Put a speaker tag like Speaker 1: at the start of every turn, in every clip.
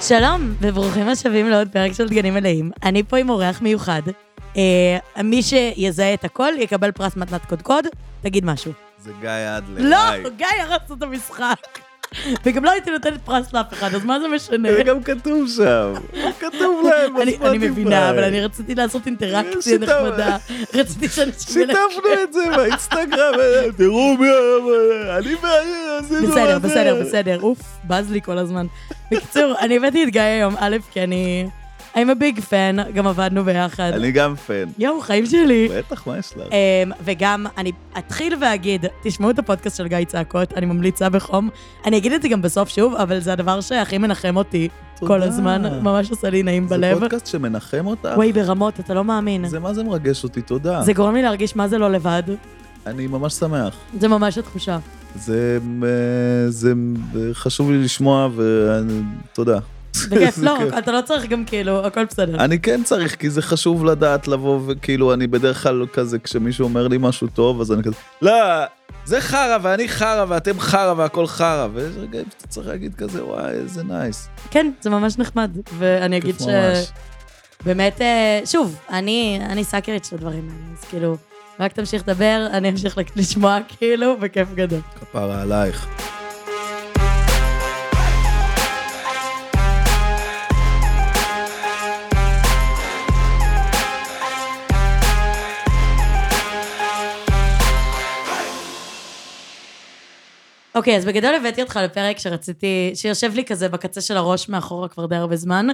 Speaker 1: שלום, וברוכים השבים לעוד פרק של דגנים מלאים. אני פה עם אורח מיוחד. אה, מי שיזהה את הכל יקבל פרס מתנת קודקוד, תגיד משהו.
Speaker 2: זה גיא אדלר. היי.
Speaker 1: לא, גיא הרס את המשחק. וגם לא הייתי נותנת פרס לאף אחד, אז מה זה משנה?
Speaker 2: זה גם כתוב שם. כתוב להם
Speaker 1: אני,
Speaker 2: בספוטיפיי.
Speaker 1: אני מבינה, אבל אני רציתי לעשות אינטראקציה
Speaker 2: שיטה-
Speaker 1: נחמדה. רציתי שאנשים...
Speaker 2: שיתפנו את זה באינסטגרם, אה, תראו מי ה... אני ואני עשינו...
Speaker 1: בסדר,
Speaker 2: את זה.
Speaker 1: בסדר, בסדר. אוף, בז לי כל הזמן. בקיצור, אני הבאתי את גיא היום, א', כי אני... I'm a big fan, גם עבדנו ביחד.
Speaker 2: אני גם פן.
Speaker 1: יואו, חיים שלי.
Speaker 2: בטח, מה יש לך?
Speaker 1: אמ, וגם, אני אתחיל ואגיד, תשמעו את הפודקאסט של גיא צעקות, אני ממליצה בחום. אני אגיד את זה גם בסוף שוב, אבל זה הדבר שהכי מנחם אותי כל
Speaker 2: תודה.
Speaker 1: הזמן, ממש עושה לי נעים
Speaker 2: זה
Speaker 1: בלב.
Speaker 2: פודקאסט שמנחם אותך?
Speaker 1: וואי, ברמות, אתה לא מאמין.
Speaker 2: זה מה זה מרגש אותי, תודה.
Speaker 1: זה גורם לי להרגיש מה זה לא לבד.
Speaker 2: אני ממש שמח.
Speaker 1: זה ממש התחושה.
Speaker 2: זה אה, זה חשוב לי לשמוע, ותודה.
Speaker 1: בכיף, לא, אתה לא צריך גם כאילו, הכל בסדר.
Speaker 2: אני כן צריך, כי זה חשוב לדעת לבוא, וכאילו, אני בדרך כלל כזה, כשמישהו אומר לי משהו טוב, אז אני כזה, לא, זה חרא, ואני חרא, ואתם חרא, והכל חרא, ויש רגעים שאתה צריך להגיד כזה, וואי, איזה נייס.
Speaker 1: כן, זה ממש נחמד. ואני אגיד
Speaker 2: כיף
Speaker 1: ש...
Speaker 2: ממש.
Speaker 1: באמת, אה, שוב, אני, אני סאקרית של הדברים האלה, אז כאילו, רק תמשיך לדבר, אני אמשיך לשמוע, כאילו, בכיף גדול.
Speaker 2: כפרה עלייך.
Speaker 1: אוקיי, אז בגדול הבאתי אותך לפרק שרציתי, שיושב לי כזה בקצה של הראש מאחורה כבר די הרבה זמן,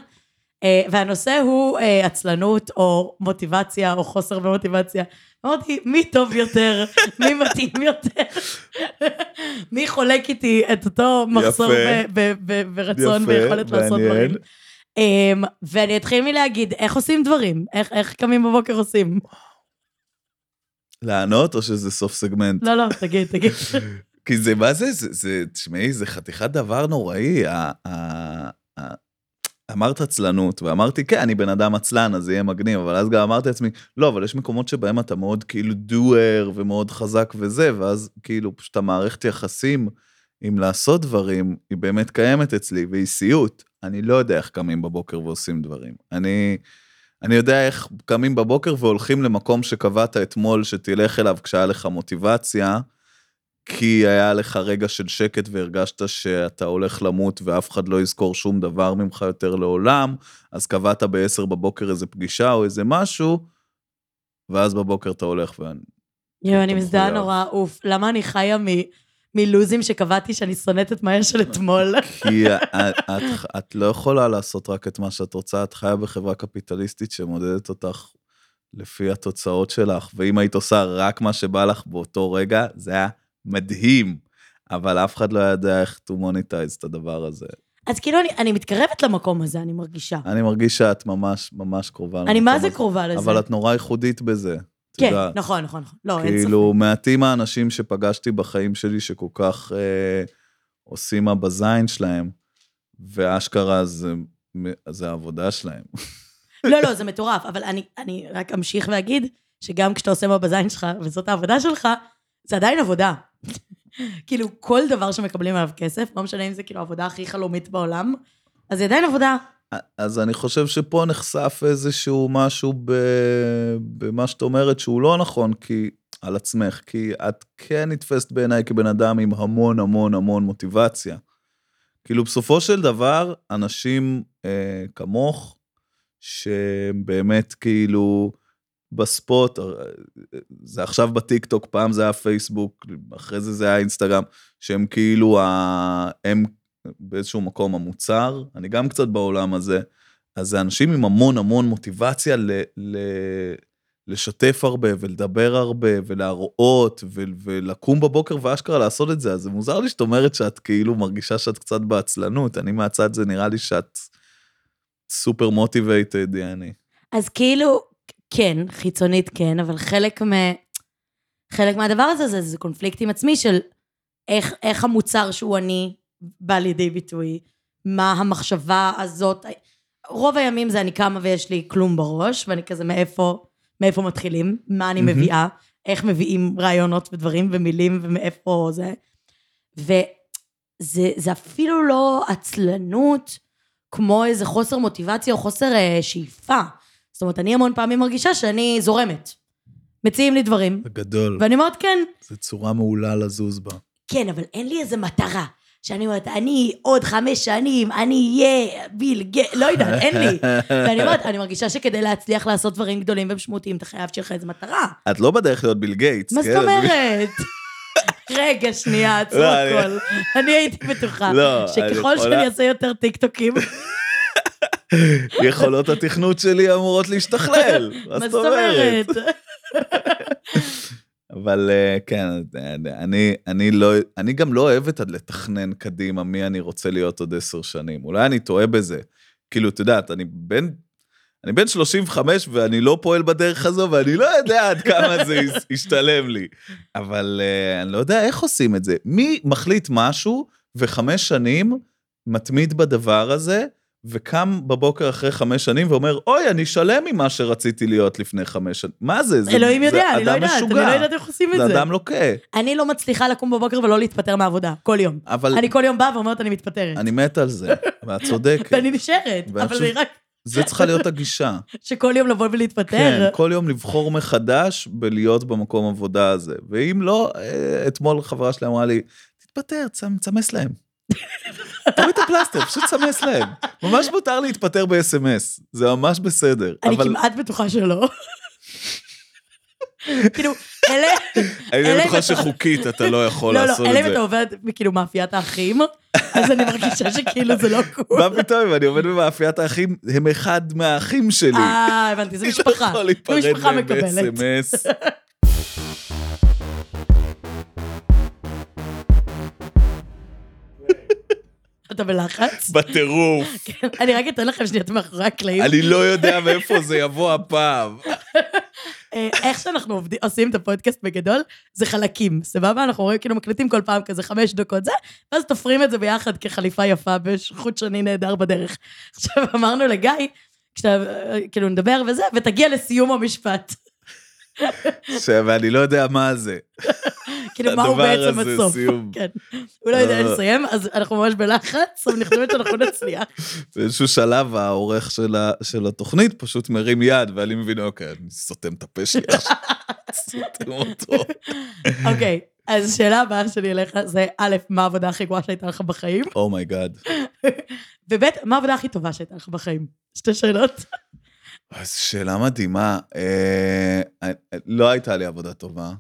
Speaker 1: אה, והנושא הוא אה, עצלנות או מוטיבציה או חוסר במוטיבציה. אמרתי, מי טוב יותר? מי מתאים יותר? מי חולק איתי את אותו מחסור
Speaker 2: יפה.
Speaker 1: ב- ב- ב- ברצון
Speaker 2: יפה,
Speaker 1: ויכולת לעשות
Speaker 2: מעניין.
Speaker 1: דברים? אמ, ואני אתחיל מלהגיד, איך עושים דברים? איך, איך קמים בבוקר עושים?
Speaker 2: לענות, או שזה סוף סגמנט?
Speaker 1: לא, לא, תגיד, תגיד.
Speaker 2: כי זה, מה זה, זה, זה, תשמעי, זה חתיכת דבר נוראי. ה- ה- ה- אמרת עצלנות, ואמרתי, כן, אני בן אדם עצלן, אז זה יהיה מגניב, אבל אז גם אמרתי לעצמי, לא, אבל יש מקומות שבהם אתה מאוד כאילו doer ומאוד חזק וזה, ואז כאילו פשוט המערכת יחסים עם לעשות דברים, היא באמת קיימת אצלי, והיא סיוט. אני לא יודע איך קמים בבוקר ועושים דברים. אני, אני יודע איך קמים בבוקר והולכים למקום שקבעת אתמול שתלך אליו כשהיה לך מוטיבציה, כי היה לך רגע של שקט והרגשת שאתה הולך למות ואף אחד לא יזכור שום דבר ממך יותר לעולם, אז קבעת ב-10 בבוקר איזה פגישה או איזה משהו, ואז בבוקר אתה הולך ו...
Speaker 1: יואו, אני מזדהה
Speaker 2: מחויב.
Speaker 1: נורא, אוף. למה אני חיה מ- מלוזים שקבעתי שאני שונאת את מאיה של אתמול?
Speaker 2: כי את, את, את לא יכולה לעשות רק את מה שאת רוצה, את חיה בחברה קפיטליסטית שמודדת אותך לפי התוצאות שלך, ואם היית עושה רק מה שבא לך באותו רגע, זה היה מדהים. אבל אף אחד לא ידע איך to monetize את הדבר הזה.
Speaker 1: אז כאילו, אני, אני מתקרבת למקום הזה, אני מרגישה.
Speaker 2: אני מרגיש שאת ממש ממש קרובה.
Speaker 1: אני מה
Speaker 2: למקום
Speaker 1: זה
Speaker 2: הזה.
Speaker 1: קרובה לזה.
Speaker 2: אבל את נורא ייחודית בזה. את
Speaker 1: כן,
Speaker 2: יודעת.
Speaker 1: נכון, נכון, נכון. לא, אין ספק.
Speaker 2: כאילו, מעטים האנשים שפגשתי בחיים שלי שכל כך אה, עושים מה בזין שלהם, ואשכרה זה, זה העבודה שלהם.
Speaker 1: לא, לא, זה מטורף, אבל אני, אני רק אמשיך ואגיד שגם כשאתה עושה מה בזין שלך, וזאת העבודה שלך, זה עדיין עבודה. כאילו, כל דבר שמקבלים עליו כסף, לא משנה אם זה כאילו העבודה הכי חלומית בעולם, אז זה עדיין עבודה.
Speaker 2: אז אני חושב שפה נחשף איזשהו משהו ב... במה שאת אומרת שהוא לא נכון, כי... על עצמך, כי את כן נתפסת בעיניי כבן אדם עם המון המון המון מוטיבציה. כאילו, בסופו של דבר, אנשים אה, כמוך, שבאמת כאילו בספוט, אה, זה עכשיו בטיקטוק, פעם זה היה פייסבוק, אחרי זה זה היה אינסטגרם, שהם כאילו, ה... הם באיזשהו מקום המוצר, אני גם קצת בעולם הזה, אז זה אנשים עם המון המון מוטיבציה ל, ל, לשתף הרבה ולדבר הרבה ולהראות ו, ולקום בבוקר ואשכרה לעשות את זה, אז זה מוזר לי שאת אומרת שאת כאילו מרגישה שאת קצת בעצלנות, אני מהצד זה נראה לי שאת סופר מוטיבייטד, יעני.
Speaker 1: אז כאילו, כן, חיצונית כן, אבל חלק, מ... חלק מהדבר הזה זה, זה קונפליקט עם עצמי של איך, איך המוצר שהוא אני בא לידי ביטוי, מה המחשבה הזאת. רוב הימים זה אני קמה ויש לי כלום בראש, ואני כזה מאיפה, מאיפה מתחילים, מה אני
Speaker 2: מהמם.
Speaker 1: מביאה, איך מביאים רעיונות ודברים ומילים ומאיפה זה. וזה זה אפילו לא עצלנות כמו איזה חוסר מוטיבציה או חוסר אה, שאיפה. זאת אומרת, אני המון פעמים מרגישה שאני זורמת. מציעים לי דברים,
Speaker 2: זה גדול,
Speaker 1: ואני אומרת, כן,
Speaker 2: זו צורה מעולה לזוז בה.
Speaker 1: כן, אבל אין לי איזה מטרה. שאני אומרת, אני עוד חמש שנים, אני אהיה ביל גי... לא יודעת, אין לי. ואני אומרת, אני מרגישה שכדי להצליח לעשות דברים גדולים ומשמעותיים, אתה חייב שיהיה לך איזה מטרה.
Speaker 2: את לא בדרך להיות ביל גייטס,
Speaker 1: מה זאת
Speaker 2: כן?
Speaker 1: אומרת? רגע, שנייה, עצרו
Speaker 2: לא, אני-
Speaker 1: הכל. אני הייתי בטוחה
Speaker 2: לא, אני
Speaker 1: שככל
Speaker 2: יכולה-
Speaker 1: שאני אעשה יותר טיקטוקים,
Speaker 2: יכולות התכנות שלי אמורות להשתכלל,
Speaker 1: מה זאת אומרת?
Speaker 2: אבל אה, כן, אני, אני, לא, אני גם לא אוהב את לתכנן קדימה מי אני רוצה להיות עוד עשר שנים. אולי אני טועה בזה. כאילו, את יודעת, אני בן, אני בן 35 ואני לא פועל בדרך הזו, ואני לא יודע עד כמה זה יש- ישתלם לי. אבל אה, אני לא יודע איך עושים את זה. מי מחליט משהו וחמש שנים מתמיד בדבר הזה, וקם בבוקר אחרי חמש שנים ואומר, אוי, אני שלם ממה שרציתי להיות לפני חמש שנים. מה זה? זה
Speaker 1: אלוהים
Speaker 2: זה
Speaker 1: יודע, אני לא
Speaker 2: אדם
Speaker 1: יודעת, אני
Speaker 2: משוגע.
Speaker 1: לא יודעת איך עושים את
Speaker 2: זה
Speaker 1: זה.
Speaker 2: אדם לוקה.
Speaker 1: אני לא מצליחה לקום בבוקר ולא להתפטר מהעבודה, כל יום.
Speaker 2: אבל
Speaker 1: אני כל יום באה ואומרת, אני מתפטרת.
Speaker 2: אני מת על זה, ואת צודקת.
Speaker 1: ואני נשארת,
Speaker 2: ואני
Speaker 1: אבל
Speaker 2: חושב-
Speaker 1: זה רק
Speaker 2: זה צריכה להיות הגישה.
Speaker 1: שכל יום לבוא
Speaker 2: כן,
Speaker 1: ולהתפטר.
Speaker 2: כל יום לבחור מחדש בלהיות במקום עבודה הזה. ואם לא, אה, אתמול חברה שלי אמרה לי, תתפטר, צמ- צמס להם. תוריד את הפלסטר, פשוט צמס להם. ממש מותר להתפטר ב-SMS, זה ממש בסדר.
Speaker 1: אני
Speaker 2: אבל
Speaker 1: כמעט בטוחה שלא. כאילו, אלה...
Speaker 2: אני
Speaker 1: אלא אם
Speaker 2: בטוחה
Speaker 1: אתה-
Speaker 2: שחוקית אתה לא יכול
Speaker 1: לא, לא,
Speaker 2: לעשות
Speaker 1: אלא
Speaker 2: את
Speaker 1: אם
Speaker 2: זה.
Speaker 1: אתה עובד כאילו מאפיית האחים, אז אני מרגישה שכאילו זה לא קול.
Speaker 2: מה פתאום, אם אני עובד במאפיית האחים, הם אחד מהאחים שלי.
Speaker 1: אה, הבנתי, זה משפחה.
Speaker 2: אני לא יכול
Speaker 1: זה
Speaker 2: להיפרד
Speaker 1: משפחה
Speaker 2: מהם
Speaker 1: מקבלת.
Speaker 2: ב-SMS.
Speaker 1: אתה בלחץ?
Speaker 2: בטירוף.
Speaker 1: אני רק אתן לכם שנייה את מאחורי הקלעים.
Speaker 2: אני לא יודע מאיפה זה יבוא הפעם.
Speaker 1: אה, איך שאנחנו עובדים- עושים את הפודקאסט בגדול, זה חלקים, סבבה? אנחנו רואים, כאילו מקליטים כל פעם כזה חמש דקות זה, ואז תופרים את זה ביחד כחליפה יפה בחוט שני נהדר בדרך. עכשיו אמרנו לגיא, כשאתה אה, כאילו נדבר וזה, ותגיע לסיום המשפט.
Speaker 2: עכשיו, אני לא יודע מה זה.
Speaker 1: כאילו, מה הוא
Speaker 2: הדבר
Speaker 1: בעצם
Speaker 2: הזה,
Speaker 1: הסוף.
Speaker 2: סיום.
Speaker 1: כן. הוא לא יודע
Speaker 2: אה.
Speaker 1: לסיים, אז אנחנו ממש בלחץ, אבל אני חושבת שאנחנו נצליח.
Speaker 2: באיזשהו שלב העורך של, ה, של התוכנית פשוט מרים יד, ואני מבין, אוקיי, אני סותם את הפה שלי עכשיו. סותם אותו.
Speaker 1: אוקיי, אז השאלה הבאה שלי אליך זה, א', מה העבודה הכי גרועה שהייתה לך בחיים?
Speaker 2: אומייגאד.
Speaker 1: וב', מה העבודה הכי טובה שהייתה לך בחיים? שתי שאלות.
Speaker 2: אז שאלה מדהימה. אה, אה, לא הייתה לי עבודה טובה,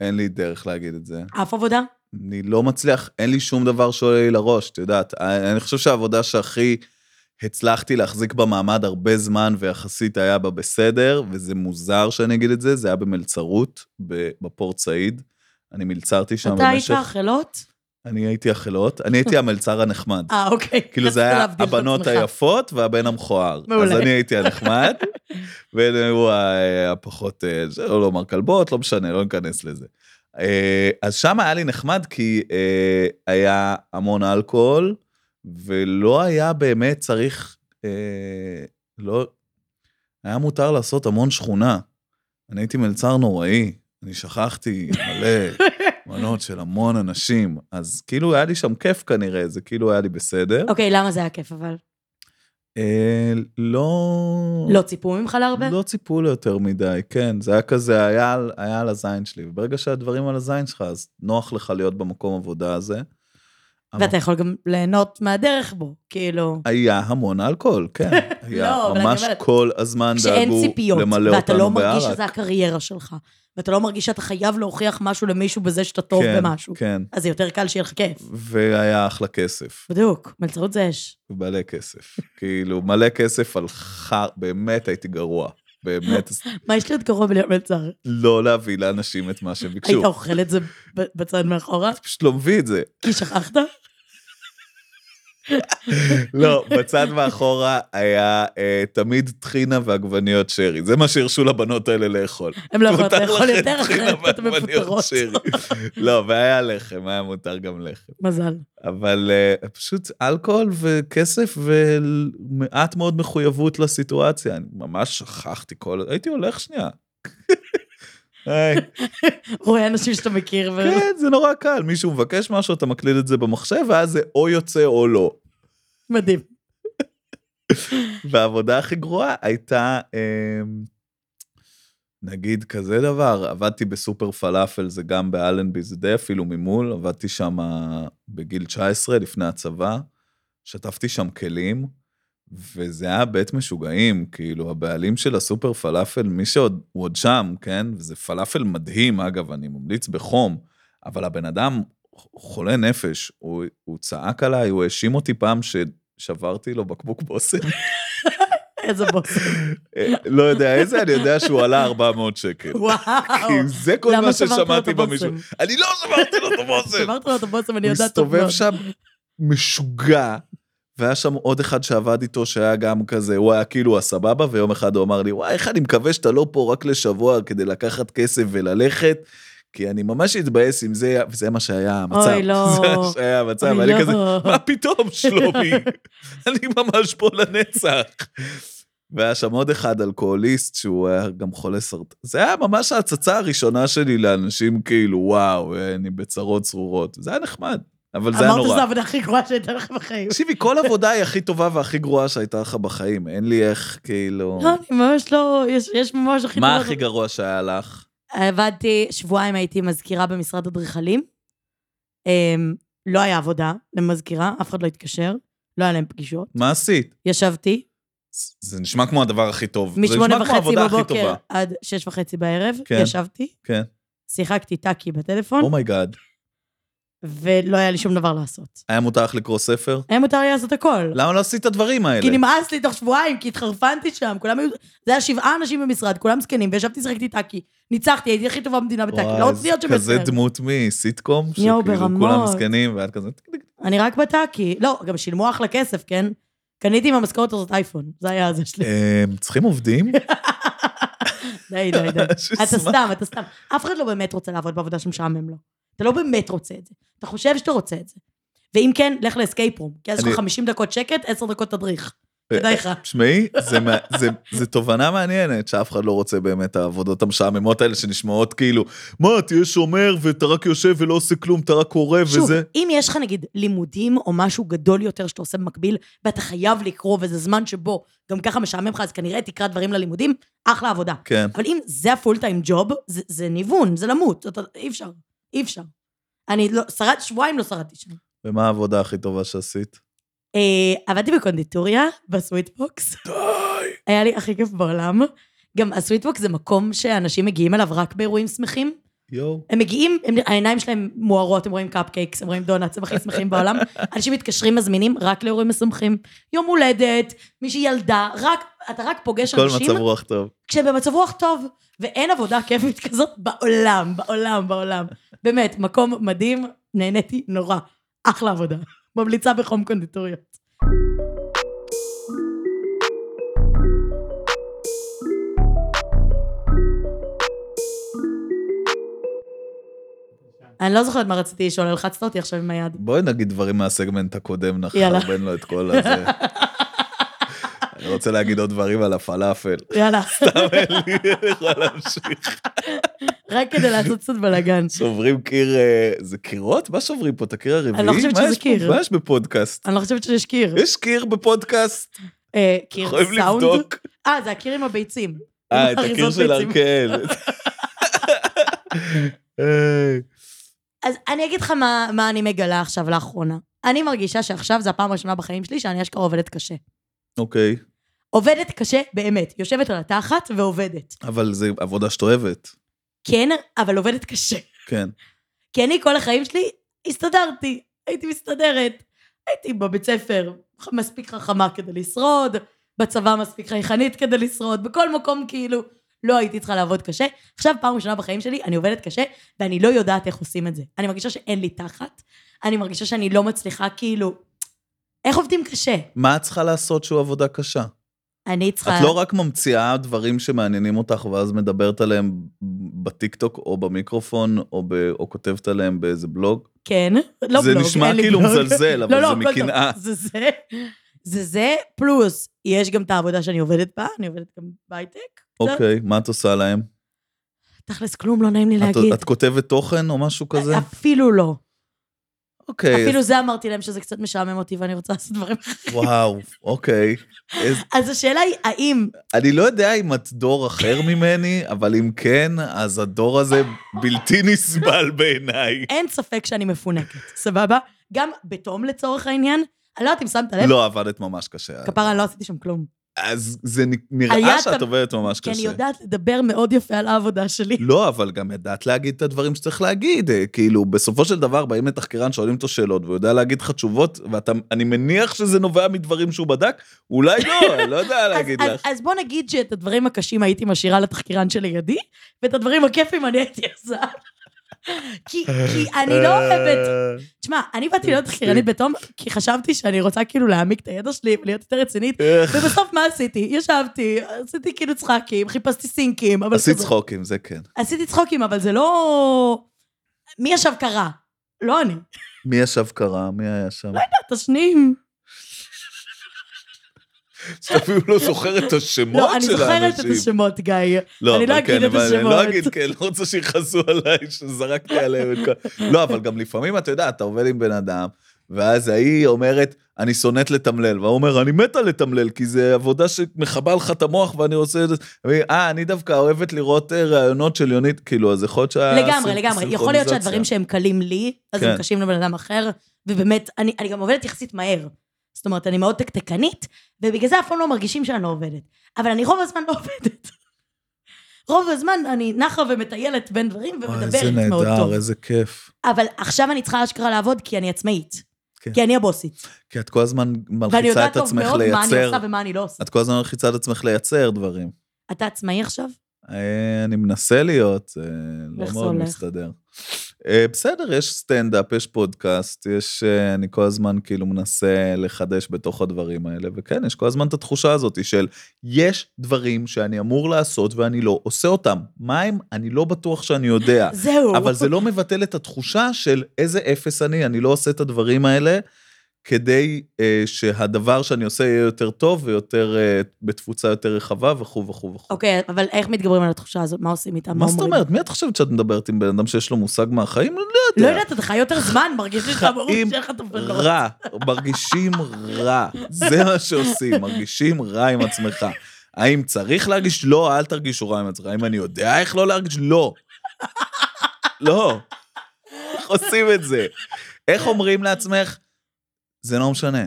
Speaker 2: אין לי דרך להגיד את זה.
Speaker 1: אף עבודה?
Speaker 2: אני לא מצליח, אין לי שום דבר שעולה לי לראש, את יודעת. אני אני חושב שהעבודה שהכי הצלחתי להחזיק בה מעמד הרבה זמן, ויחסית היה בה בסדר, וזה מוזר שאני אגיד את זה, זה היה במלצרות, ב- בפורט סעיד. אני מלצרתי שם
Speaker 1: אתה היית
Speaker 2: במשך...
Speaker 1: אכלות?
Speaker 2: אני הייתי החלות, אני הייתי המלצר הנחמד.
Speaker 1: אה, אוקיי.
Speaker 2: כאילו זה
Speaker 1: רציתי
Speaker 2: היה
Speaker 1: להבדיל את
Speaker 2: הבנות
Speaker 1: עצמך.
Speaker 2: היפות והבן המכוער.
Speaker 1: מעולה.
Speaker 2: אז אני הייתי הנחמד, והן היו ה- הפחות, אה, זה לא לומר כלבות, לא משנה, לא ניכנס לזה. אה, אז שם היה לי נחמד כי אה, היה המון אלכוהול, ולא היה באמת צריך, אה, לא, היה מותר לעשות המון שכונה. אני הייתי מלצר נוראי, אני שכחתי מלא מנות של המון אנשים, אז כאילו היה לי שם כיף כנראה, זה כאילו היה לי בסדר.
Speaker 1: אוקיי, למה זה היה כיף אבל?
Speaker 2: אה, לא...
Speaker 1: לא ציפו ממך להרבה?
Speaker 2: לא ציפו לי יותר מדי, כן. זה היה כזה, היה, על- היה על הזין שלי. וברגע שהדברים על הזין שלך, אז נוח לך להיות במקום עבודה הזה.
Speaker 1: ואתה יכול גם ליהנות מהדרך בו, כאילו...
Speaker 2: היה המון אלכוהול, כן. היה
Speaker 1: לא, אבל אני
Speaker 2: ממש
Speaker 1: אומרת,
Speaker 2: כל הזמן
Speaker 1: כשאין
Speaker 2: דאגו
Speaker 1: ציפיות,
Speaker 2: למלא
Speaker 1: ואתה לא
Speaker 2: אותנו בערק.
Speaker 1: מרגיש שזה הקריירה שלך, ואתה לא מרגיש שאתה חייב להוכיח משהו למישהו בזה שאתה טוב
Speaker 2: כן,
Speaker 1: במשהו,
Speaker 2: כן,
Speaker 1: אז זה יותר קל שיהיה לך כיף.
Speaker 2: והיה אחלה כסף,
Speaker 1: בדיוק, מלצרות זה אש.
Speaker 2: מלא כסף. כאילו, מלא כסף על חר... באמת הייתי גרוע. באמת, אז
Speaker 1: מה יש להיות גרוע בלהיות מלצר?
Speaker 2: לא להביא לאנשים את מה שהם ביקשו.
Speaker 1: היית אוכל את זה ב- בצד מאחורה?
Speaker 2: פשוט לא מביא את זה.
Speaker 1: כי שכחת?
Speaker 2: לא, בצד מאחורה היה אה, תמיד טחינה ועגבניות שרי. זה מה שהרשו לבנות האלה לאכול.
Speaker 1: הם לא יכולות
Speaker 2: מותר
Speaker 1: לאכול
Speaker 2: לכם
Speaker 1: יותר,
Speaker 2: טחינה
Speaker 1: אחרת אתם
Speaker 2: ועגבניות
Speaker 1: מפוטרות.
Speaker 2: שרי. לא, והיה לחם, היה מותר גם לחם.
Speaker 1: מזל.
Speaker 2: אבל אה, פשוט אלכוהול וכסף ומעט מאוד מחויבות לסיטואציה. אני ממש שכחתי כל... הייתי הולך שנייה. היי.
Speaker 1: רואה אנשים שאתה מכיר, ו...
Speaker 2: כן, זה נורא קל. מישהו מבקש משהו, אתה מקליד את זה במחשב, ואז זה או יוצא או לא.
Speaker 1: מדהים.
Speaker 2: והעבודה הכי גרועה הייתה, אמ, נגיד כזה דבר, עבדתי בסופר פלאפל, זה גם באלנבי, זה די אפילו ממול, עבדתי שם אה, בגיל 19, לפני הצבא, שטפתי שם כלים, וזה היה בית משוגעים, כאילו, הבעלים של הסופר פלאפל, מי שעוד, הוא עוד שם, כן? וזה פלאפל מדהים, אגב, אני ממליץ בחום, אבל הבן אדם חולה נפש, הוא, הוא צעק עליי, הוא האשים אותי פעם ששברתי לו בקבוק בושם.
Speaker 1: איזה בוס.
Speaker 2: אה, לא יודע איזה, אני יודע שהוא עלה 400 שקל.
Speaker 1: וואו.
Speaker 2: כי זה כל
Speaker 1: למה
Speaker 2: מה
Speaker 1: שברת לו את
Speaker 2: ששמעתי
Speaker 1: הבושם?
Speaker 2: במישהו. אני לא שברתי לו את הבושם.
Speaker 1: שברת לו את הבושם, אני
Speaker 2: הוא
Speaker 1: יודעת טוב מאוד.
Speaker 2: הסתובב שם משוגע, והיה שם עוד אחד שעבד איתו שהיה גם כזה, הוא היה כאילו הסבבה, ויום אחד הוא אמר לי, וואי, איך אני מקווה שאתה לא פה רק לשבוע כדי לקחת כסף וללכת. כי אני ממש אתבאס אם זה, וזה מה שהיה המצב.
Speaker 1: אוי, לא.
Speaker 2: זה מה שהיה המצב,
Speaker 1: אוי,
Speaker 2: ואני
Speaker 1: לא.
Speaker 2: כזה, מה פתאום, שלומי? אני ממש פה לנצח. והיה שם עוד אחד אלכוהוליסט שהוא היה גם חולה סרטן. זה היה ממש ההצצה הראשונה שלי לאנשים כאילו, וואו, אני בצרות צרורות. זה היה נחמד, אבל זה היה
Speaker 1: אמרת שזו
Speaker 2: נורא.
Speaker 1: העבודה הכי גרועה שהייתה לך בחיים.
Speaker 2: תקשיבי, כל עבודה היא הכי טובה והכי גרועה שהייתה לך בחיים. אין לי איך, כאילו...
Speaker 1: לא, אני ממש לא, יש- יש ממש הכי
Speaker 2: מה
Speaker 1: טובה.
Speaker 2: הכי גרוע שהיה לך?
Speaker 1: עבדתי, שבועיים הייתי מזכירה במשרד אדריכלים. אמ, לא היה עבודה למזכירה, אף אחד לא התקשר, לא היה להם פגישות.
Speaker 2: מה עשית?
Speaker 1: ישבתי,
Speaker 2: זה נשמע כמו הדבר הכי טוב. זה
Speaker 1: משמונה
Speaker 2: נשמע כמו
Speaker 1: וחצי
Speaker 2: העבודה הכי
Speaker 1: בבוקר
Speaker 2: טובה.
Speaker 1: עד שש וחצי בערב,
Speaker 2: כן.
Speaker 1: ישבתי,
Speaker 2: כן. Oh
Speaker 1: שיחקתי טאקי בטלפון,
Speaker 2: אומייגאד.
Speaker 1: ולא היה לי שום דבר לעשות.
Speaker 2: היה מותר לך לקרוא ספר?
Speaker 1: היה מותר לי לעשות הכל.
Speaker 2: למה לא עשית את הדברים האלה?
Speaker 1: כי נמאס לי תוך שבועיים, כי התחרפנתי שם, כולם היו... זה היה שבעה אנשים במשרד, כולם זקנים, וישבתי, שיחקתי טאקי. ניצחתי, הייתי הכי טובה במדינה בטאקי,
Speaker 2: וואי,
Speaker 1: לא רציתי להיות
Speaker 2: זה
Speaker 1: שם
Speaker 2: כזה
Speaker 1: יותר.
Speaker 2: דמות מסיטקום,
Speaker 1: יואו,
Speaker 2: שכאילו כולם
Speaker 1: ברמות.
Speaker 2: זקנים, ואת כזה...
Speaker 1: אני רק בטאקי. לא, גם שילמו אחלה כסף, כן? קניתי עם המשכורת הזאת אייפון, זה היה זה שלי.
Speaker 2: "אמ, צריכים עובדים?
Speaker 1: די, די, די.
Speaker 2: שסמך.
Speaker 1: אתה סתם, אתה סתם. אף אחד לא באמת רוצה לעבוד בעבודה שמשעמם לו. אתה לא באמת רוצה את זה. אתה חושב שאתה רוצה את זה. ואם כן, לך לאסקייפ רום, כי אז יש לך
Speaker 2: אני-
Speaker 1: 50 דקות שקט, 10 דקות תדריך. כדאי לך.
Speaker 2: שמעי, זה מה- זה- זה תובנה מעניינת שאף אחד לא רוצה באמת את העבודות המשעממות האלה שנשמעות כאילו, מה, תהיה שומר ואתה רק יושב ולא עושה כלום, אתה רק קורא
Speaker 1: שוב,
Speaker 2: וזה.
Speaker 1: אם יש לך נגיד לימודים או משהו גדול יותר שאתה עושה במקביל, ואתה חייב לקרוא, וזה זמן שבו גם ככה משעמם לך, אז כנראה תקרא דברים ללימודים, אחלה עבודה.
Speaker 2: כן.
Speaker 1: אבל אם זה הפול טיים ג'וב, זה, זה ניוון, זה למות, אתה, אי אפשר, אי אפשר. אני לא, שרד, שבועיים לא שרדתי שם.
Speaker 2: ומה העבודה הכי טובה שעשית?
Speaker 1: אה, עבדתי בקונדיטוריה, בסוויטבוקס.
Speaker 2: די!
Speaker 1: היה לי הכי כיף בעולם. גם הסוויטבוקס זה מקום שאנשים מגיעים אליו רק באירועים שמחים.
Speaker 2: יואו.
Speaker 1: הם מגיעים, הם, העיניים שלהם מוארות, הם רואים קפקייקס, הם רואים דונלדס, הם הכי שמחים בעולם. אנשים מתקשרים, מזמינים רק לאירועים משמחים. יום הולדת, מישהי ילדה, רק, אתה רק פוגש
Speaker 2: כל
Speaker 1: אנשים
Speaker 2: מצב רוח טוב.
Speaker 1: כשהם במצב רוח טוב, ואין עבודה כיפית כזאת בעולם, בעולם, בעולם. באמת, מקום מדהים, נהניתי נורא. אחלה עבודה. ממליצה בחום קונדיטוריות. אני לא זוכרת מה רציתי לשאול, הלחצת אותי עכשיו עם היד.
Speaker 2: בואי נגיד דברים מהסגמנט הקודם,
Speaker 1: יאללה.
Speaker 2: נחרבן לו את כל הזה. אני רוצה להגיד עוד דברים על הפלאפל.
Speaker 1: יאללה,
Speaker 2: אני יכול להמשיך.
Speaker 1: רק כדי לעשות קצת בלאגן.
Speaker 2: שוברים קיר, אה, זה קירות? מה שוברים פה? את הקיר הרביעי?
Speaker 1: אני לא חושבת
Speaker 2: מה
Speaker 1: שזה
Speaker 2: יש פה-
Speaker 1: קיר.
Speaker 2: מה יש בפודקאסט?
Speaker 1: אני לא חושבת שיש קיר.
Speaker 2: יש קיר בפודקאסט?
Speaker 1: אה, קיר
Speaker 2: יכולים
Speaker 1: סאונד?
Speaker 2: לבדוק.
Speaker 1: אה, זה הקיר עם הביצים.
Speaker 2: אה, את הקיר
Speaker 1: אריזות
Speaker 2: של
Speaker 1: ביצים.
Speaker 2: ארקל. היי.
Speaker 1: אז אני אגיד לך מה, מה אני מגלה עכשיו לאחרונה. אני מרגישה שעכשיו זו הפעם הראשונה בחיים שלי שאני אשכרה עובדת קשה.
Speaker 2: אוקיי,
Speaker 1: עובדת קשה באמת, יושבת על התחת ועובדת.
Speaker 2: אבל זו עבודה שאת אוהבת.
Speaker 1: כן, אבל עובדת קשה.
Speaker 2: כן.
Speaker 1: כי אני כל החיים שלי הסתדרתי, הייתי מסתדרת. הייתי בבית ספר מספיק חכמה כדי לשרוד, בצבא מספיק חייכנית כדי לשרוד, בכל מקום כאילו לא הייתי צריכה לעבוד קשה. עכשיו פעם ראשונה בחיים שלי אני עובדת קשה ואני לא יודעת איך עושים את זה. אני מרגישה שאין לי תחת, אני מרגישה שאני לא מצליחה כאילו... איך עובדים קשה?
Speaker 2: מה את צריכה לעשות שהוא עבודה קשה?
Speaker 1: אני צריכה...
Speaker 2: את לא רק ממציאה דברים שמעניינים אותך ואז מדברת עליהם בטיקטוק או במיקרופון או ב- או כותבת עליהם באיזה בלוג?
Speaker 1: כן, לא
Speaker 2: זה
Speaker 1: בלוג,
Speaker 2: נשמע
Speaker 1: אין לי
Speaker 2: כאילו
Speaker 1: בלוג.
Speaker 2: מזלזל, אבל
Speaker 1: לא, לא,
Speaker 2: זה
Speaker 1: הכל טוב.
Speaker 2: מקנאה.
Speaker 1: זה זה, זה זה, פלוס, יש גם את העבודה שאני עובדת בה, אני עובדת גם בהייטק. קצת.
Speaker 2: אוקיי, מה את עושה להם?
Speaker 1: תכלס, כלום לא נעים לי
Speaker 2: את-
Speaker 1: להגיד.
Speaker 2: את כותבת תוכן או משהו כזה?
Speaker 1: אפילו לא.
Speaker 2: אוקיי,
Speaker 1: אפילו זה אמרתי להם שזה קצת משעמם אותי ואני רוצה לעשות דברים אחרים.
Speaker 2: אז- וואו, אוקיי. איז-
Speaker 1: אז השאלה היא, האם...
Speaker 2: אני לא יודע אם את דור אחר ממני, אבל אם כן, אז הדור הזה בלתי נסבל בעיניי.
Speaker 1: אין ספק שאני מפונקת, סבבה? גם בתום לצורך העניין, אני לא יודעת אם שמת לב,
Speaker 2: לא, עבדת ממש קשה.
Speaker 1: כפרה, אני לא עשיתי שם כלום.
Speaker 2: אז זה נ-
Speaker 1: היה
Speaker 2: נראה שאת
Speaker 1: את-
Speaker 2: עובדת ממש
Speaker 1: כי אני
Speaker 2: קשה.
Speaker 1: יודעת לדבר מאוד יפה על העבודה שלי.
Speaker 2: לא, אבל גם ידעת להגיד את הדברים שצריך להגיד. אה, כאילו, בסופו של דבר באים לתחקירן, שואלים אותו שאלות, והוא יודע להגיד לך תשובות, ואני מניח שזה נובע מדברים שהוא בדק, אולי לא, אני לא יודע
Speaker 1: אז-
Speaker 2: להגיד
Speaker 1: אז-
Speaker 2: לך.
Speaker 1: אז בוא נגיד שאת הדברים הקשים הייתי משאירה לתחקירן שלידי, ואת הדברים הכיפים אני הייתי עושה. כי כי אני לא
Speaker 2: אה,
Speaker 1: אוהבת... תשמע, אני באתי להיות תחקירנית בתום, כי חשבתי שאני רוצה כאילו להעמיק את הידע שלי ולהיות יותר רצינית,
Speaker 2: איך?
Speaker 1: ובסוף מה עשיתי? ישבתי, עשיתי כאילו צחקים, חיפשתי סינקים, אבל...
Speaker 2: עשית
Speaker 1: כזה-
Speaker 2: צחוקים, זה כן.
Speaker 1: עשיתי צחוקים, אבל זה לא... מי ישב קרא? לא אני.
Speaker 2: מי ישב קרא? מי היה שם?
Speaker 1: לא, תשנים.
Speaker 2: שאתה אפילו לא זוכר את השמות
Speaker 1: לא, אני
Speaker 2: של
Speaker 1: זוכרת
Speaker 2: האנשים.
Speaker 1: את השמות, גיא.
Speaker 2: לא,
Speaker 1: אני
Speaker 2: אבל
Speaker 1: לא אגיד
Speaker 2: כן,
Speaker 1: את
Speaker 2: אבל אני לא
Speaker 1: השמות.
Speaker 2: אגיד, כן, לא רוצה שיכעסו עליי שזרקתי עליהם את כל... לא, אבל גם לפעמים, אתה יודע, אתה עובד עם בן אדם, ואז ההיא אומרת, אני שונאת לתמלל, והוא אומר, אני מתה לתמלל, כי זה עבודה שמכבה לך את המוח ואני עושה את זה. והיא, אה, אני דווקא אוהבת לראות אה, ראיונות של יונית, כאילו, אז יכול להיות שה...
Speaker 1: לגמרי,
Speaker 2: הסינ-
Speaker 1: לגמרי. יכול להיות
Speaker 2: הסינכרוניזציה.
Speaker 1: שהדברים שהם קלים לי, אז הם
Speaker 2: כן.
Speaker 1: קשים לבן אדם אחר, ובאמת, אני אני גם עובדת יחסית מהר. זאת אומרת, אני מאוד תקתקנית, ובגלל זה אף פעם לא מרגישים שאני לא עובדת. אבל אני רוב הזמן לא עובדת. רוב הזמן אני נחה ומטיילת בין דברים
Speaker 2: וואי, איזה
Speaker 1: ומדברת מאוד טוב.
Speaker 2: נהדר, איזה כיף.
Speaker 1: אבל עכשיו אני צריכה אשכרה לעבוד כי אני עצמאית.
Speaker 2: כן.
Speaker 1: כי אני הבוסית.
Speaker 2: כי את כל הזמן
Speaker 1: ואני
Speaker 2: מלחיצה
Speaker 1: יודעת
Speaker 2: את
Speaker 1: טוב
Speaker 2: עצמך
Speaker 1: מאוד מה אני
Speaker 2: לייצר,
Speaker 1: עושה ומה אני לא עושה.
Speaker 2: את כל הזמן מלחיצה את עצמך לייצר דברים.
Speaker 1: אתה עצמאי עכשיו?
Speaker 2: אה, אני מנסה להיות, אה,
Speaker 1: איך
Speaker 2: לא
Speaker 1: זה
Speaker 2: מאוד
Speaker 1: הולך?
Speaker 2: מסתדר. אה, בסדר, יש סטנדאפ, יש פודקאסט, יש... אה, אני כל הזמן כאילו מנסה לחדש בתוך הדברים האלה, וכן, יש כל הזמן את התחושה הזאת של יש דברים שאני אמור לעשות ואני לא עושה אותם. מה הם? אני לא בטוח שאני יודע.
Speaker 1: זהו.
Speaker 2: אבל זה לא מבטל את התחושה של איזה אפס אני, אני לא עושה את הדברים האלה כדי אה, שהדבר שאני עושה יהיה יותר טוב ויותר, אה, בתפוצה יותר רחבה וכו' וכו' וכו'.
Speaker 1: אוקיי, אבל איך מתגברים על התחושה הזאת? מה עושים איתה?
Speaker 2: מה זאת
Speaker 1: אומרים?
Speaker 2: אומרת? מי את חושבת שאת מדברת עם בן אדם שיש לו מושג מהחיים? אני לא
Speaker 1: לא
Speaker 2: יודע.
Speaker 1: יודעת, אתה חי יותר זמן, מרגיש לי שאתה ברור
Speaker 2: חיים
Speaker 1: שאיך אתה בן אדם.
Speaker 2: רע, מרגישים רע. זה מה שעושים, מרגישים רע עם עצמך. האם צריך להרגיש? לא, אל תרגישו רע עם עצמך. האם אני יודע איך לא להרגיש? לא. לא. איך עושים את זה? איך אומרים לעצמך? זה לא משנה.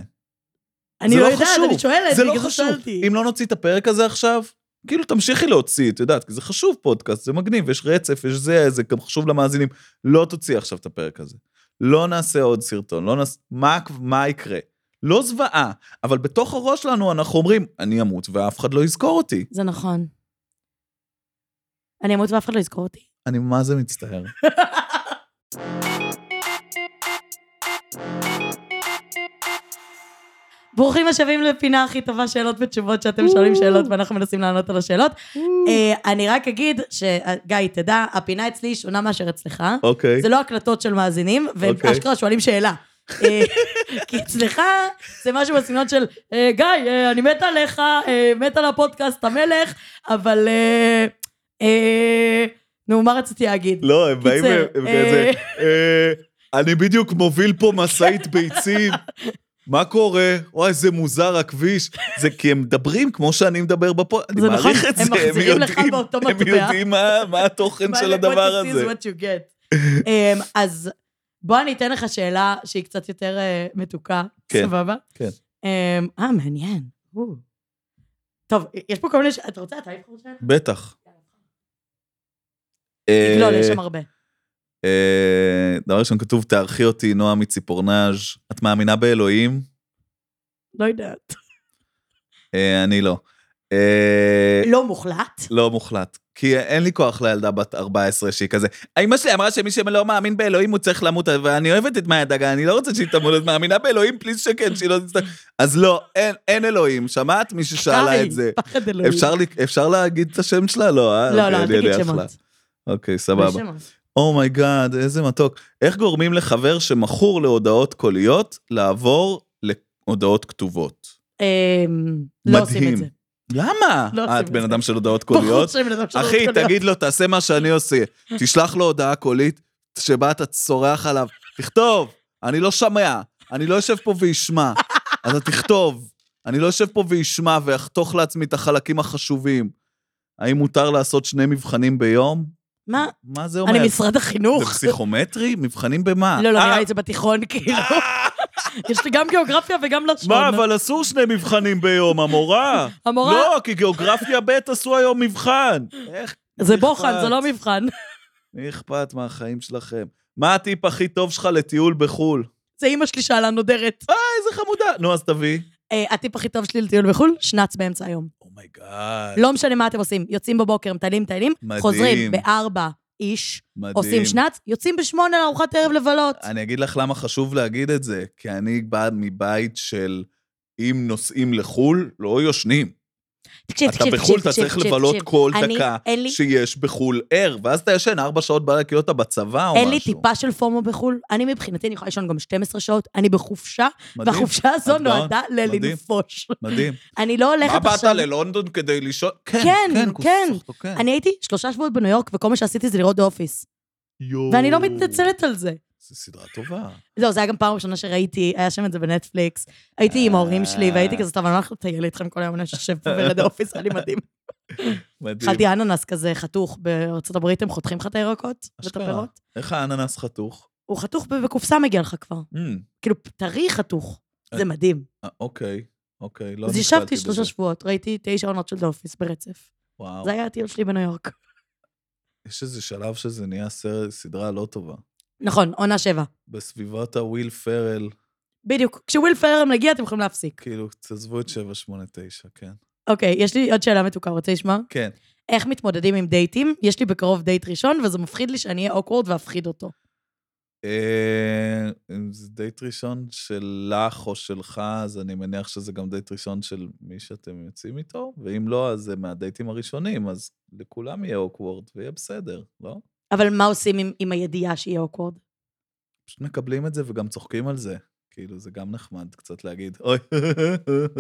Speaker 1: אני
Speaker 2: זה
Speaker 1: לא
Speaker 2: לא
Speaker 1: יודעת,
Speaker 2: חשוב.
Speaker 1: אני שואלת,
Speaker 2: זה לא
Speaker 1: בגלל
Speaker 2: חשוב.
Speaker 1: שאלתי.
Speaker 2: אם לא נוציא את הפרק הזה עכשיו, כאילו תמשיכי להוציא, את יודעת, כי זה חשוב פודקאסט, זה מגניב, יש רצף, יש זה, זה גם חשוב למאזינים. לא תוציא עכשיו את הפרק הזה. לא נעשה עוד סרטון, לא נעשה... מה, מה יקרה? לא זוועה, אבל בתוך הראש שלנו אנחנו אומרים, אני אמות ואף אחד לא יזכור אותי.
Speaker 1: זה נכון. אני אמות ואף אחד לא יזכור אותי.
Speaker 2: אני מה זה מצטער.
Speaker 1: ברוכים השבים לפינה הכי טובה, שאלות ותשובות, שאתם שואלים שאלות ואנחנו מנסים לענות על השאלות. אה, אני רק אגיד, שגיא, תדע, הפינה אצלי היא שונה מאשר אצלך.
Speaker 2: אוקיי.
Speaker 1: זה לא הקלטות של מאזינים, והם
Speaker 2: אוקיי.
Speaker 1: אשכרה שואלים שאלה. אה, כי אצלך זה משהו בסגנון של, אה, גיא, אה, אני מת עליך, אה, מת על הפודקאסט המלך, אבל... אה, אה, נו, מה רציתי להגיד?
Speaker 2: לא, הם באים,
Speaker 1: קיצר,
Speaker 2: הם הם כזה,
Speaker 1: אה.
Speaker 2: "אה, אני בדיוק מוביל פה משאית ביצים, מה קורה? וואי, זה מוזר הכביש. זה כי הם מדברים כמו שאני מדבר בפו... אני
Speaker 1: זה
Speaker 2: מעריך
Speaker 1: נכון,
Speaker 2: את
Speaker 1: הם
Speaker 2: זה, הם
Speaker 1: מחזירים לך
Speaker 2: יודעים,
Speaker 1: באותו
Speaker 2: הם
Speaker 1: מטבע.
Speaker 2: יודעים מה- מה התוכן של הדבר
Speaker 1: What
Speaker 2: הזה.
Speaker 1: you see is what you get. אמ, אז בוא אני אתן לך שאלה שהיא קצת יותר אה, מתוקה,
Speaker 2: כן,
Speaker 1: סבבה?
Speaker 2: כן.
Speaker 1: אמ, אה, מעניין. או. טוב, יש פה כל מיני... ש- אתה רוצה? אתה לבחור שאלה?
Speaker 2: בטח.
Speaker 1: תגלול, לא, יש
Speaker 2: אה,
Speaker 1: שם הרבה.
Speaker 2: אה, דבר ראשון, כתוב, תערכי אותי, נועה מציפורנז'. את מאמינה באלוהים?
Speaker 1: לא יודעת.
Speaker 2: אה, אני לא. אה,
Speaker 1: לא מוחלט.
Speaker 2: לא מוחלט. כי אין לי כוח לילדה בת 14 שהיא כזה. אמא שלי אמרה שמי שלא מאמין באלוהים הוא צריך למות, ואני אוהבת את מאיה דגה, אני לא רוצה שהיא תמות, את מאמינה באלוהים? פליז שקט, שהיא לא תצטרך... אז לא, אין, אין אלוהים, שמעת? מי ששאלה
Speaker 1: קרעי,
Speaker 2: את זה.
Speaker 1: פחד אלוהים.
Speaker 2: אפשר, לי, אפשר להגיד את השם שלה? לא,
Speaker 1: לא,
Speaker 2: אה? אוקיי,
Speaker 1: לא, אל
Speaker 2: אני
Speaker 1: תגיד
Speaker 2: אניח לה.
Speaker 1: שמות.
Speaker 2: אוקיי,
Speaker 1: לא
Speaker 2: סבבה.
Speaker 1: שמות.
Speaker 2: אומייגאד, איזה מתוק. איך גורמים לחבר שמכור להודעות קוליות לעבור להודעות כתובות?
Speaker 1: אמ, לא עושים
Speaker 2: מדהים.
Speaker 1: את זה.
Speaker 2: למה?
Speaker 1: לא
Speaker 2: אה,
Speaker 1: עושים
Speaker 2: את
Speaker 1: את
Speaker 2: בן
Speaker 1: זה.
Speaker 2: אדם של הודעות קוליות?
Speaker 1: בחוץ שלי, בן אדם שלא
Speaker 2: אחי,
Speaker 1: רוצה להיות.
Speaker 2: תגיד לו, תעשה מה שאני עושה. תשלח לו הודעה קולית שבה אתה צורח עליו. תכתוב, אני לא שומע, אני לא יושב פה ואשמע. אז אתה תכתוב, אני לא יושב פה ואשמע ואחתוך לעצמי את החלקים החשובים. האם מותר לעשות שני מבחנים ביום?
Speaker 1: מה?
Speaker 2: מה זה אומר?
Speaker 1: אני משרד החינוך.
Speaker 2: זה פסיכומטרי? מבחנים במה?
Speaker 1: לא, לא,
Speaker 2: אה,
Speaker 1: נראה לי זה בתיכון, כאילו. יש לי גם גיאוגרפיה וגם לשון.
Speaker 2: מה, אבל אסור שני מבחנים ביום, המורה.
Speaker 1: המורה,
Speaker 2: לא, כי גיאוגרפיה ב' עשו היום מבחן. איך
Speaker 1: זה בוחן, זה לא
Speaker 2: אכפת.
Speaker 1: מבחן.
Speaker 2: מי אכפת מהחיים שלכם? מה הטיפ הכי טוב שלך לטיול בחו"ל? אה,
Speaker 1: זה אימא שלי שאלה נודרת.
Speaker 2: איזה חמודה. נו, אז תביא. Oh
Speaker 1: אה, הטיפ הכי טוב שלי לטיול בחו"ל, שנץ באמצע היום.
Speaker 2: אה. אומייגאד,
Speaker 1: לא משנה מה אתם עושים, יוצאים בבוקר, מטיילים, מטיילים,
Speaker 2: מדהים.
Speaker 1: חוזרים בארבע איש,
Speaker 2: מדהים. אה,
Speaker 1: עושים שנץ, יוצאים בשמונה לארוחת ערב לבלות.
Speaker 2: אני אגיד לך למה חשוב להגיד את זה, כי אני בא מבית של אם נוסעים לחו"ל, לא יושנים.
Speaker 1: תקשיב,
Speaker 2: אתה
Speaker 1: תקשיב, תקשיב,
Speaker 2: בחו"ל, אתה
Speaker 1: תקשיב,
Speaker 2: צריך
Speaker 1: תקשיב,
Speaker 2: לבלות
Speaker 1: תקשיב.
Speaker 2: כל
Speaker 1: אני-
Speaker 2: דקה
Speaker 1: אין לי-
Speaker 2: שיש בחו"ל ער, ואז אתה ישן ארבע שעות בלילה כאילו אתה בצבא או משהו.
Speaker 1: אין לי טיפה של פומו בחו"ל, אני מבחינתי, אני יכולה לישון גם 12 שעות, אני בחופשה,
Speaker 2: מדהים,
Speaker 1: והחופשה הזו
Speaker 2: את גאון,
Speaker 1: נועדה
Speaker 2: מדהים.
Speaker 1: ללנפוש.
Speaker 2: מדהים.
Speaker 1: אני לא הולכת
Speaker 2: מה
Speaker 1: עכשיו...
Speaker 2: באת ללונדון כדי לישון? כן,
Speaker 1: כן,
Speaker 2: כן, כוס
Speaker 1: כן.
Speaker 2: סוחטו, כן.
Speaker 1: אני הייתי שלושה שבועות בניו יורק, וכל מה שעשיתי זה לראות דה אופיס.
Speaker 2: יואו.
Speaker 1: ואני לא מתנצלת על זה.
Speaker 2: זו סדרה טובה.
Speaker 1: זהו, זה היה גם פעם ראשונה שראיתי, היה שם את זה בנטפליקס. הייתי עם ההורים
Speaker 2: אה.
Speaker 1: שלי, והייתי כזה, טוב, אני לא הולכת לטייל איתכם כל היום, אני יושב פה ברד האופיס, היה לי מדהים.
Speaker 2: מדהים.
Speaker 1: אכלתי אננס כזה חתוך, בארצות הברית הם חותכים לך את הירקות ואת
Speaker 2: אשכרה.
Speaker 1: הפירות.
Speaker 2: איך האננס חתוך?
Speaker 1: הוא חתוך ב- בקופסה מגיע לך כבר.
Speaker 2: Mm,
Speaker 1: כאילו, טרי חתוך. זה
Speaker 2: אה,
Speaker 1: מדהים.
Speaker 2: אה, אוקיי, אוקיי, לא
Speaker 1: אז
Speaker 2: נתקלתי
Speaker 1: ישבתי
Speaker 2: בזה.
Speaker 1: שלושה שבועות, ראיתי תשע עונות של דה אופיס ברצף.
Speaker 2: וואו.
Speaker 1: זה היה הטיול שלי בניו יורק.
Speaker 2: יש איזה שלב שזה נהיה סר- סדרה לא טובה.
Speaker 1: נכון, עונה שבע.
Speaker 2: בסביבת הוויל פרל,
Speaker 1: בדיוק. כשוויל פרר מגיע, אתם יכולים להפסיק.
Speaker 2: כאילו, תעזבו את 789, כן.
Speaker 1: אוקיי, יש לי עוד שאלה מתוקה, רוצה לשמוע?
Speaker 2: כן.
Speaker 1: איך מתמודדים עם דייטים? יש לי בקרוב דייט ראשון, וזה מפחיד לי שאני אהיה אוקוורד ואפחיד אותו.
Speaker 2: אה, זה דייט ראשון שלך או שלך, אז אני מניח שזה גם דייט ראשון של מי שאתם יוצאים איתו, ואם לא, אז זה מהדייטים הראשונים, אז לכולם יהיה אוקוורד ויהיה בסדר, לא?
Speaker 1: אבל מה עושים עם, עם הידיעה שיהיה אוקוורד?
Speaker 2: פשוט מקבלים את זה וגם צוחקים על זה. כאילו, זה גם נחמד קצת להגיד, אוי,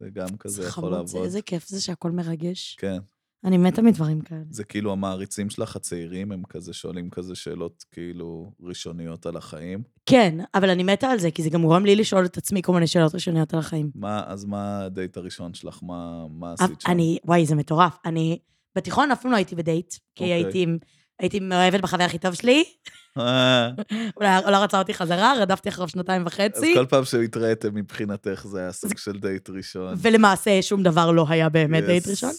Speaker 2: זה גם כזה יכול
Speaker 1: חמוד, זה-
Speaker 2: לעבוד.
Speaker 1: איזה כיף זה שהכל מרגש.
Speaker 2: כן,
Speaker 1: אני מתה מדברים כאלה.
Speaker 2: זה כאילו המעריצים שלך, הצעירים, הם כזה שואלים כזה שאלות כאילו ראשוניות על החיים.
Speaker 1: כן, אבל אני מתה על זה, כי זה גם גורם לי לשאול את עצמי כל מיני שאלות ראשוניות על החיים.
Speaker 2: מה, אז מה הדייט הראשון שלך? מה, מה
Speaker 1: אבל
Speaker 2: עשית שם?
Speaker 1: אני, וואי, זה מטורף. אני, בתיכון אף פעם לא הייתי בדייט, כי
Speaker 2: אוקיי.
Speaker 1: הייתי, עם- הייתי מאוהבת בחבר הכי טוב שלי,
Speaker 2: אה,
Speaker 1: הוא לא- לא רצה אותי חזרה, רדפתי אחריו שנתיים
Speaker 2: אז
Speaker 1: וחצי,
Speaker 2: כל פעם שהתראיתם מבחינתך זה היה סוג של דייט ראשון.
Speaker 1: ולמעשה שום דבר לא היה באמת
Speaker 2: Yes.
Speaker 1: דייט ראשון.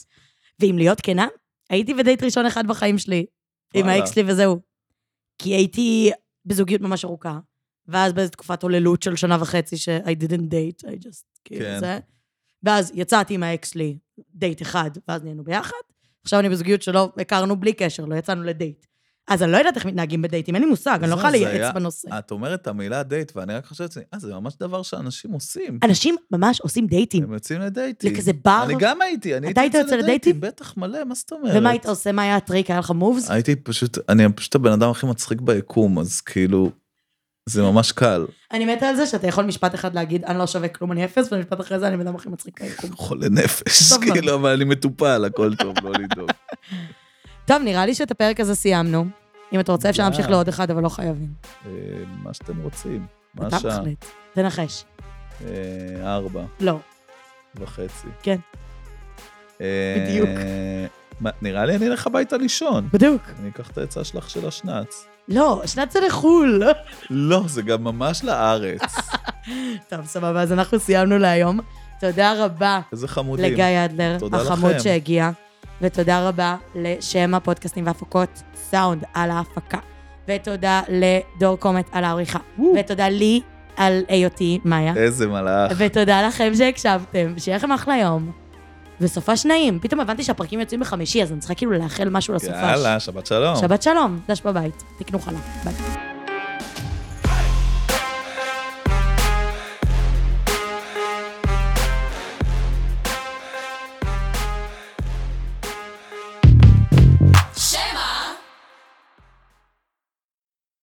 Speaker 1: ואם להיות כנה, הייתי בדייט ראשון אחד בחיים שלי, עם
Speaker 2: וואלה.
Speaker 1: האקס שלי וזהו. כי הייתי בזוגיות ממש ארוכה, ואז באיזו תקופת הוללות של שנה וחצי ש- I didn't date, I just, כאילו
Speaker 2: כן.
Speaker 1: זה. ואז יצאתי עם האקס שלי דייט אחד, ואז נהיינו ביחד. עכשיו אני בזוגיות שלא הכרנו בלי קשר, לא יצאנו לדייט. אז אני לא יודעת איך מתנהגים בדייטים, אין לי מושג, אני לא
Speaker 2: זה אה.
Speaker 1: יכולה
Speaker 2: הזיה.
Speaker 1: לייעץ בנושא.
Speaker 2: את אומרת את המילה דייט, ואני רק חושבת, אה, זה ממש דבר שאנשים עושים.
Speaker 1: אנשים ממש עושים דייטים.
Speaker 2: הם יוצאים לדייטים.
Speaker 1: לכזה בר,
Speaker 2: אני גם הייתי, אני
Speaker 1: אתה
Speaker 2: הייתי
Speaker 1: היית
Speaker 2: יוצא
Speaker 1: יוצא
Speaker 2: לדייטים, בטח מלא, מה זאת אומרת?
Speaker 1: ומה היית עושה? מה היה הטריק? היה לך מובס?
Speaker 2: הייתי פשוט, אני פשוט הבן אדם הכי מצחיק ביקום, אז כאילו, זה ממש קל.
Speaker 1: אני מתה על זה שאתה יכול משפט אחד להגיד, אני לא שווה כלום, אני אפס, ומשפט אחרי זה אני בן אדם הכי מצחיק ביקום.
Speaker 2: חולה נפש,
Speaker 1: טוב מאוד.
Speaker 2: כאילו, אבל אני מטופל, הכל טוב, לא לדאוג.
Speaker 1: טוב, נראה לי שאת הפרק הזה סיימנו. אם אתה רוצה, אפשר
Speaker 2: יאללה.
Speaker 1: להמשיך לעוד אחד, אבל לא חייבים.
Speaker 2: אה, מה שאתם רוצים, מה
Speaker 1: אתה
Speaker 2: השעה?
Speaker 1: מחליט. תנחש.
Speaker 2: אה, ארבע
Speaker 1: לא.
Speaker 2: וחצי.
Speaker 1: כן.
Speaker 2: אה,
Speaker 1: בדיוק.
Speaker 2: מה, נראה לי אני אלך הביתה לישון.
Speaker 1: בדיוק.
Speaker 2: אני אקח את העצה שלך של השנץ.
Speaker 1: לא, שנת זה לחו"ל.
Speaker 2: לא, זה גם ממש לארץ.
Speaker 1: טוב, סבבה, אז אנחנו סיימנו להיום. תודה רבה
Speaker 2: איזה חמודים.
Speaker 1: לגיא אדלר,
Speaker 2: תודה
Speaker 1: החמוד
Speaker 2: לכם.
Speaker 1: שהגיע, ותודה רבה לשם הפודקאסטים וההפקות סאונד על ההפקה, ותודה לדור קומט על העריכה,
Speaker 2: וואו. אה,
Speaker 1: ותודה לי על היותי מאיה.
Speaker 2: איזה מלאך.
Speaker 1: ותודה לכם שהקשבתם, שיהיה לכם אחלה יום. וסופש נעים, פתאום הבנתי שהפרקים יוצאים בחמישי, אז אני צריכה כאילו לאחל משהו לסופש.
Speaker 2: יאללה, שבת שלום.
Speaker 1: שבת שלום, דש בבית, תקנו חלה, ביי.